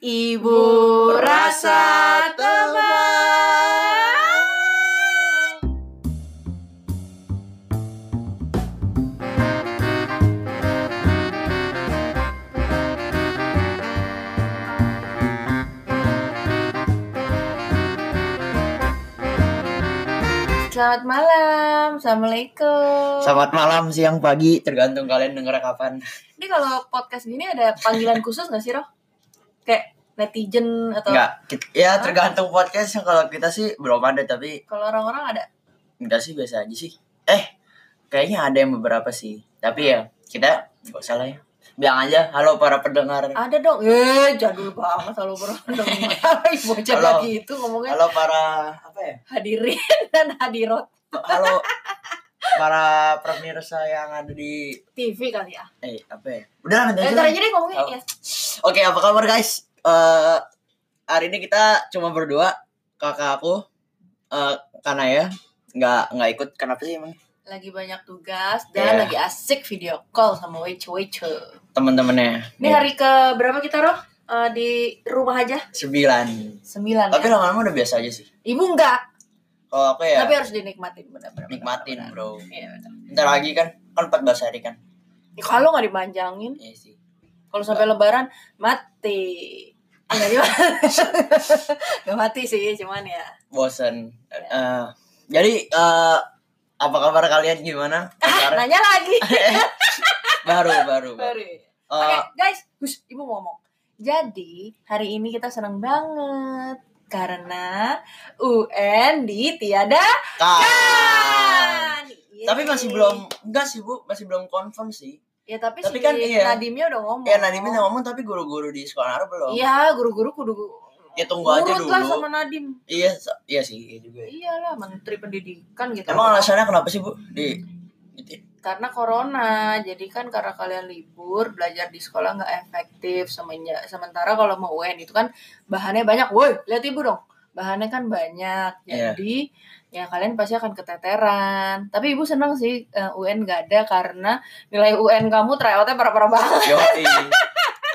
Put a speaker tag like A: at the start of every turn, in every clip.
A: Ibu rasa teman. Selamat malam, assalamualaikum.
B: Selamat malam, siang, pagi, tergantung kalian denger kapan.
A: Ini kalau podcast gini ada panggilan khusus gak sih Roh? Kayak netizen atau
B: Enggak, kit- ya tergantung podcastnya kalau kita sih belum ada tapi
A: kalau orang-orang ada?
B: enggak sih biasa aja sih. Eh, kayaknya ada yang beberapa sih. Tapi ya kita nggak salah ya. Bilang aja, halo para pendengar,
A: Ada dong. Eh, jadul banget kalau pernah Bocah
B: Halo.
A: lagi itu ngomongnya
B: halo para apa ya?
A: hadirin dan hadirot
B: Halo para pemirsa yang ada di
A: TV kali ya.
B: eh apa ya? Udah nanti
A: Eh,
B: aja
A: ntar
B: lah.
A: aja deh ngomongnya
B: Halo.
A: ya.
B: Oke, apa kabar guys? Eh hari ini kita cuma berdua, kakak aku, eh karena ya nggak nggak ikut kenapa sih emang?
A: Lagi banyak tugas dan
B: Iya.
A: lagi asik video call sama Wece Wece.
B: teman-temannya
A: Ini hari ke berapa kita Roh? Eh, di rumah aja
B: sembilan
A: sembilan
B: tapi
A: ya.
B: lama-lama udah biasa aja sih
A: Ibu enggak,
B: kalau aku ya
A: tapi harus dinikmatin benar-benar.
B: nikmatin bro
A: Iya, benar.
B: ntar lagi kan kan 14 hari kan
A: Ya, Kalau nggak dipanjangin,
B: iya sih
A: Kalau
B: Nah.
A: sampai lebaran mati. Ah, Enggak juga. Gak mati sih, cuman ya.
B: bosen Eh, jadi eh, apa kabar kalian gimana
A: Ah,
B: Kabar-
A: nanya lagi.
B: baru baru baru
A: Sorry. Oke,
B: Eh,
A: guys. Hus, ibu ngomong. Jadi, hari ini kita senang banget karena UN ditiadakan.
B: kan.
A: Yeay.
B: tapi masih belum enggak sih bu masih belum confirm sih
A: Ya, tapi, si
B: Tapi kan iya.
A: Nadimnya udah ngomong.
B: ya Nadiem udah ngomong tapi guru-guru di sekolah Arab
A: Oh.
B: belum
A: Iya, guru-guru kudu
B: ya tunggu aja
A: Nurut lah
B: dulu
A: sama Nadim.
B: iya so- iya sih iya juga ya.
A: Iyalah, menteri pendidikan gitu.
B: emang alasannya kenapa sih bu di gitu ya?
A: karena corona jadi kan karena kalian libur belajar di sekolah nggak efektif semenja- sementara kalau mau UN itu kan bahannya banyak woi lihat ibu dong bahannya kan banyak
B: Iya.
A: jadi ya kalian pasti akan keteteran tapi ibu senang sih eh, UN nggak ada karena nilai UN kamu tryoutnya parah-parah banget
B: Yoi.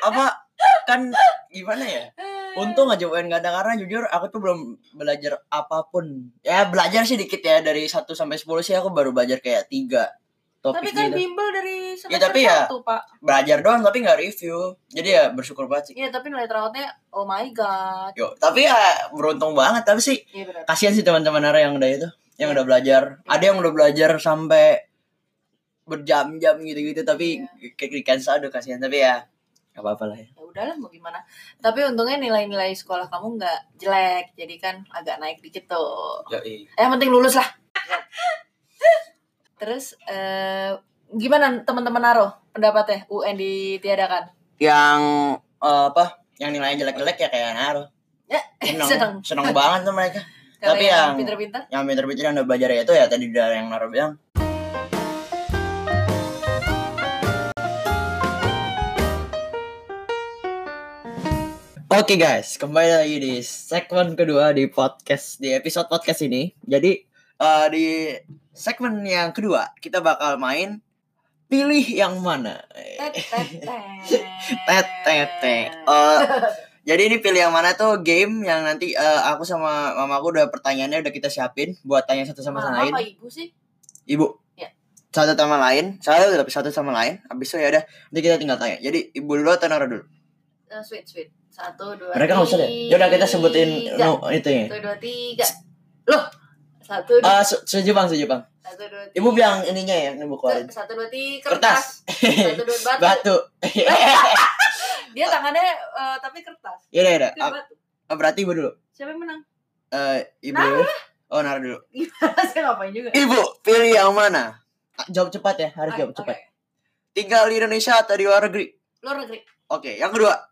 B: Apa kan gimana ya? Untung aja UN gak ada karena jujur aku tuh belum belajar apapun. Ya belajar sih dikit ya dari 1 sampai 10 sih aku baru belajar kayak 3
A: tapi
B: topik
A: kan
B: gitu.
A: bimbel dari semester
B: tapi ya-
A: satu pak
B: Belajar doang tapi nggak review. Jadi ya bersyukur banget sih.
A: iya tapi nilai tryoutnya oh my god
B: Yo, tapi ya beruntung banget tapi sih
A: iya benar
B: kasihan sih teman-teman Nara yang udah itu, yang udah belajar. Ada yang udah belajar sampai berjam-jam gitu-gitu tapi kayak di cancel aduh kasihan tapi ya nggak apa-apa lah ya.
A: ya udahlah mau gimana tapi untungnya nilai-nilai sekolah kamu nggak jelek jadi kan agak naik dikit tuh
B: Yoi.
A: eh, yang penting lulus lah terus eh, gimana teman-teman Naro pendapatnya UN ditiadakan
B: yang eh, apa yang nilainya jelek-jelek ya kayak Naro
A: ya seneng
B: seneng seneng banget tuh mereka
A: Kalau
B: Tapi
A: yang
B: yang-
A: pinter-pinter
B: yang pinter-pinter yang udah belajar ya itu ya tadi udah yang Naro bilang Oke guys, kembali lagi di segmen kedua di podcast di episode podcast ini. Jadi eh, di segmen yang kedua kita bakal main pilih yang mana.
A: tet tet
B: tet tet tet. Eh, jadi ini pilih yang mana tuh game yang nanti eh, aku sama mamaku udah pertanyaannya udah kita siapin buat tanya satu sama
A: Mama
B: lain.
A: apa ibu sih
B: Ibu.
A: Ya.
B: Satu sama lain, saya udah satu sama lain. Habis itu ya udah nanti kita tinggal tanya. Jadi ibu dulu atau Nara dulu?
A: Eh, sweet sweet satu dua
B: Mereka nggak usah deh. Ya udah kita sebutin
A: tiga.
B: no, itu ya.
A: satu dua tiga loh satu dua
B: Ah, se- sejepang sejepang.
A: satu dua tiga.
B: Ibu bilang ininya ya, ibu keluarin.
A: satu dua tiga
B: Kertas.
A: satu dua batu,
B: Batu.
A: dia tangannya eh, tapi kertas
B: Iya, iya, iya.
A: Itu batu.
B: Ah, Berarti ibu dulu.
A: siapa yang menang
B: Eh, ibu
A: Nara.
B: dulu. Oh, Nara dulu.
A: saya ngapain juga
B: Ibu, pilih yang mana? Ah, Jawab cepat ya, harus
A: Ah,
B: jawab
A: Oke.
B: cepat. Tinggal di Indonesia atau di luar negeri?
A: luar negeri
B: Oke, yang kedua.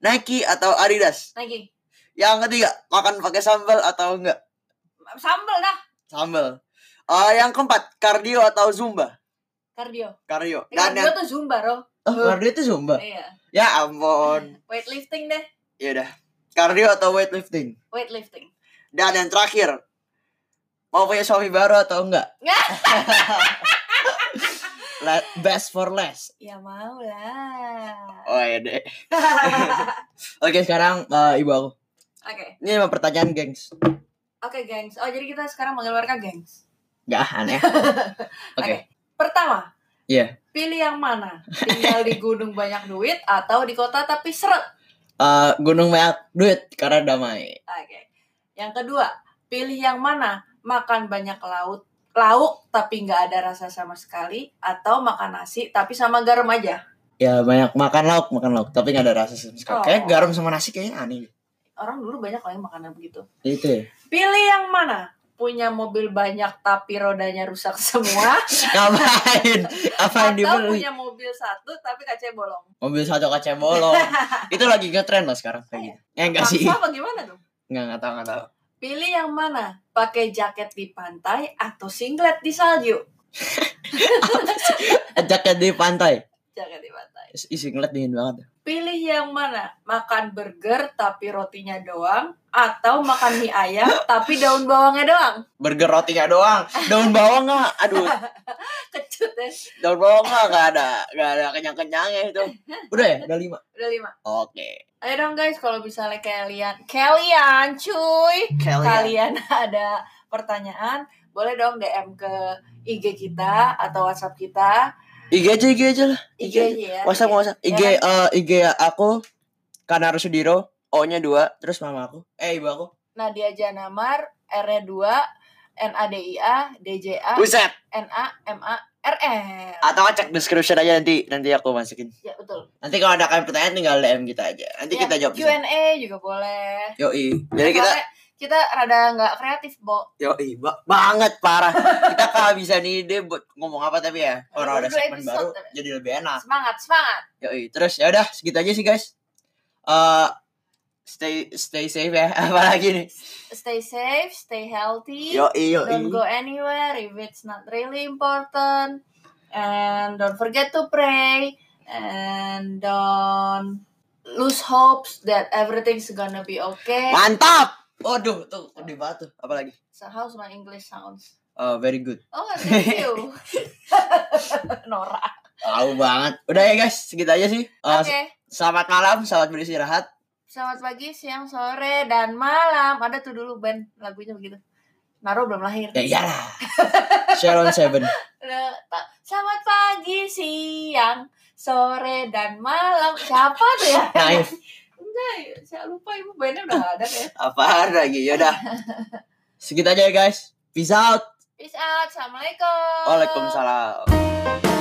B: Nike atau Adidas?
A: lagi
B: Yang ketiga, makan pakai sambal atau enggak?
A: sambel dah
B: Sambal. Eh, yang keempat, kardio atau zumba?
A: kardio
B: Kardio.
A: Eh,
B: Dan yang
A: kardio tuh zumba roh
B: Oh, kardio itu zumba.
A: iya
B: Ya ampun.
A: weightlifting deh
B: Ya udah. Kardio atau weightlifting?
A: weightlifting
B: Dan yang terakhir, mau punya suami baru atau enggak? La- best for last.
A: Ya mau lah.
B: Oh ya deh. Oke sekarang eh, ibu aku.
A: Oke,
B: Ini lima pertanyaan gengs.
A: oke gengs. Oh jadi kita sekarang manggil mereka gengs.
B: Gak aneh. Oke.
A: Pertama.
B: Iya.
A: Pilih yang mana? Tinggal di gunung banyak duit atau di kota tapi seret?
B: Eh, gunung banyak duit karena damai.
A: Oke. Yang kedua, pilih yang mana? Makan banyak laut lauk tapi nggak ada rasa sama sekali atau makan nasi tapi sama garam aja
B: Ya banyak makan lauk makan lauk tapi gak ada rasa sama sekali.
A: Oh.
B: Kayak garam sama nasi kayaknya aneh.
A: orang dulu banyak loh yang makanan begitu
B: Itu. ya.
A: pilih yang mana punya mobil banyak tapi rodanya rusak semua
B: Ngapain?
A: atau
B: Apa yang dibeli?
A: punya mobil satu tapi kacanya bolong
B: Mobil satu kaca bolong. Itu lagi ngetren loh sekarang kayak gitu. Eh enggak sih.
A: Maksa apa gimana tuh?
B: Enggak enggak tahu enggak tahu.
A: Pilih yang mana? Pakai jaket di pantai atau singlet di salju?
B: Jaket di pantai.
A: Jaket di pantai.
B: Ih, Singlet dingin banget. ya.
A: Pilih yang mana? Makan burger tapi rotinya doang atau makan mie ayam tapi daun bawangnya doang?
B: Burger rotinya doang. Daun bawang enggak? Aduh,
A: Kecut ya.
B: daun bawang enggak enggak ada. Enggak ada kenyang-kenyangnya itu. Udah ya, udah lima.
A: Udah lima.
B: Oke.
A: Ayo dong guys kalau misalnya kalian kalian cuy
B: Kalian.
A: kalian ada pertanyaan boleh dong DM ke IG kita atau WhatsApp kita
B: IG aja, IG aja lah.
A: IG
B: aja.
A: aja ya
B: WhatsApp, WhatsApp.
A: Ya
B: IG, eh, IG aku, Kanar Sudiro, O-nya dua, terus mama aku. Eh, ibu aku.
A: Nadia Janamar, R-nya 2, N-A-D-I-A, D-J-A,
B: Buset.
A: N-A-M-A-R-N.
B: Atau cek description aja nanti, nanti aku masukin.
A: Ya, betul.
B: Nanti kalau ada kalian pertanyaan tinggal DM kita aja. Nanti
A: Ya,
B: kita jawab. di sana.
A: Q&A juga boleh.
B: Yoi. Jadi kita
A: Soalnya kita rada nggak kreatif, Bo.
B: Yoi, ba- banget parah. Kita kehabisan ide buat ngomong apa tapi ya. Orang
A: Baru
B: ada
A: dua
B: segmen baru
A: episode, tapi.
B: jadi lebih enak.
A: Semangat, semangat.
B: Yoi, terus ya udah segitu aja sih guys. Eh stay stay safe ya. Apalagi nih.
A: Stay safe, stay healthy.
B: Yoi, yoi.
A: Don't go anywhere if it's not really important. And don't forget to pray. And don't lose hopes that everything's gonna be okay.
B: Mantap. Waduh, tuh gede banget tuh. Apalagi?
A: So how's my English sounds?
B: Eh, very good.
A: Oh, thank you. Nora.
B: Tahu banget. Udah ya guys, segitu aja sih. Eh,
A: Oke.
B: Selamat malam, selamat beristirahat.
A: Selamat pagi, siang, sore, dan malam. Ada tuh dulu band lagunya begitu. Naro belum lahir.
B: Ya iyalah. Sharon Seven.
A: Udah, ta- Selamat pagi, siang, sore, dan malam. Siapa tuh ya?
B: Naif.
A: Enggak, ya, saya lupa ibu bandnya udah gak ada ya.
B: Apaan lagi? Ya udah. Segitu aja ya guys. Peace out.
A: Peace out. Assalamualaikum.
B: Waalaikumsalam.